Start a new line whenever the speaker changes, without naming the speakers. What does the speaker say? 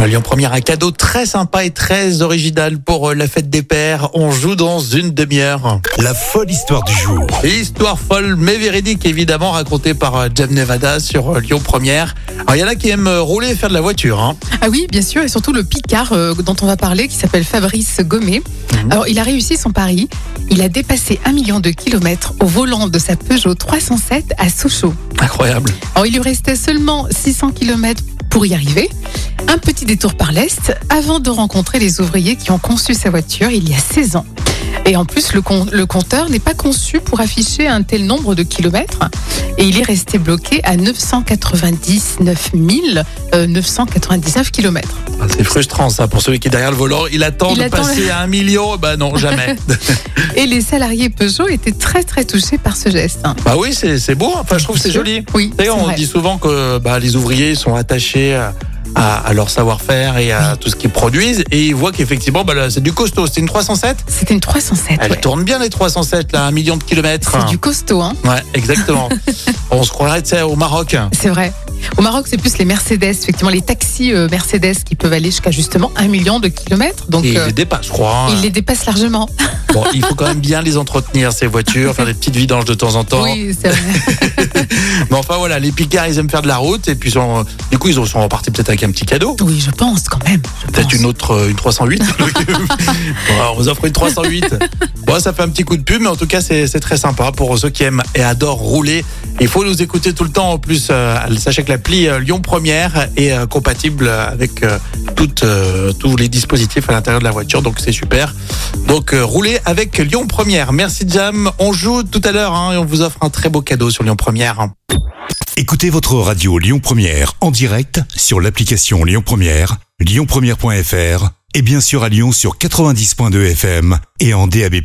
À Lyon Première, un cadeau très sympa et très original pour euh, la fête des pères. On joue dans une demi-heure.
La folle histoire du jour.
Histoire folle mais véridique évidemment racontée par euh, Jam Nevada sur euh, Lyon Première. Alors il y en a qui aiment euh, rouler et faire de la voiture. Hein.
Ah oui, bien sûr, et surtout le Picard euh, dont on va parler, qui s'appelle Fabrice Gommet. Alors, il a réussi son pari. Il a dépassé un million de kilomètres au volant de sa Peugeot 307 à Sochaux.
Incroyable.
Alors, il lui restait seulement 600 kilomètres pour y arriver. Un petit détour par l'Est avant de rencontrer les ouvriers qui ont conçu sa voiture il y a 16 ans. Et en plus, le, com- le compteur n'est pas conçu pour afficher un tel nombre de kilomètres. Et il est resté bloqué à 999 euh, 999 kilomètres.
Ah, C'est frustrant ça pour celui qui est derrière le volant. Il attend
Il
de
attend-
passer à un million. Bah non, jamais.
Et les salariés Peugeot étaient très très touchés par ce geste. hein.
bah oui, c'est c'est beau. Enfin, je trouve que c'est
Sûr.
joli.
Oui,
D'ailleurs,
c'est
on
vrai.
dit souvent que bah, les ouvriers sont attachés à, à- à leur savoir-faire et à tout ce qu'ils produisent. Et ils voient qu'effectivement, bah, là, c'est du costaud. C'est une 307
C'était une 307.
Elle
ouais.
tourne bien les 307, là, un million de kilomètres.
C'est du costaud, hein.
Ouais, exactement. on se croirait tu sais, au Maroc.
c'est vrai. Au Maroc, c'est plus les Mercedes, effectivement, les taxis euh, Mercedes qui peuvent aller jusqu'à justement un million de kilomètres. Donc,
et ils
euh,
les dépassent, je crois. hein.
il les dépasse largement.
Bon, il faut quand même bien les entretenir, ces voitures, faire des petites vidanges de temps en temps.
Oui, c'est vrai.
Mais enfin, voilà, les Picards, ils aiment faire de la route. Et puis, ils sont- du coup, ils sont repartis peut-être avec un petit cadeau.
oui, je pense quand même. je
Peut-être
pense.
une autre, euh, une 308. Bon, alors, euh, on vous offre une 308. Bon, ça fait un petit coup de pub, mais en tout cas, c'est c'est très sympa pour ceux qui aiment et adorent rouler. Il faut nous écouter tout le temps. En plus, euh, sachez que l'appli euh, Lyon Première est euh, compatible avec euh, toutes, euh, tous les dispositifs à l'intérieur de la voiture, donc c'est super. Donc, euh, roulez avec Lyon Première. Merci Jam. On joue tout à l'heure hein, et on vous offre un très beau cadeau sur Lyon Première.
Écoutez votre radio Lyon Première en direct sur l'application Lyon Première, lyonpremière.fr et bien sûr à Lyon sur 90.2 FM et en DAB+.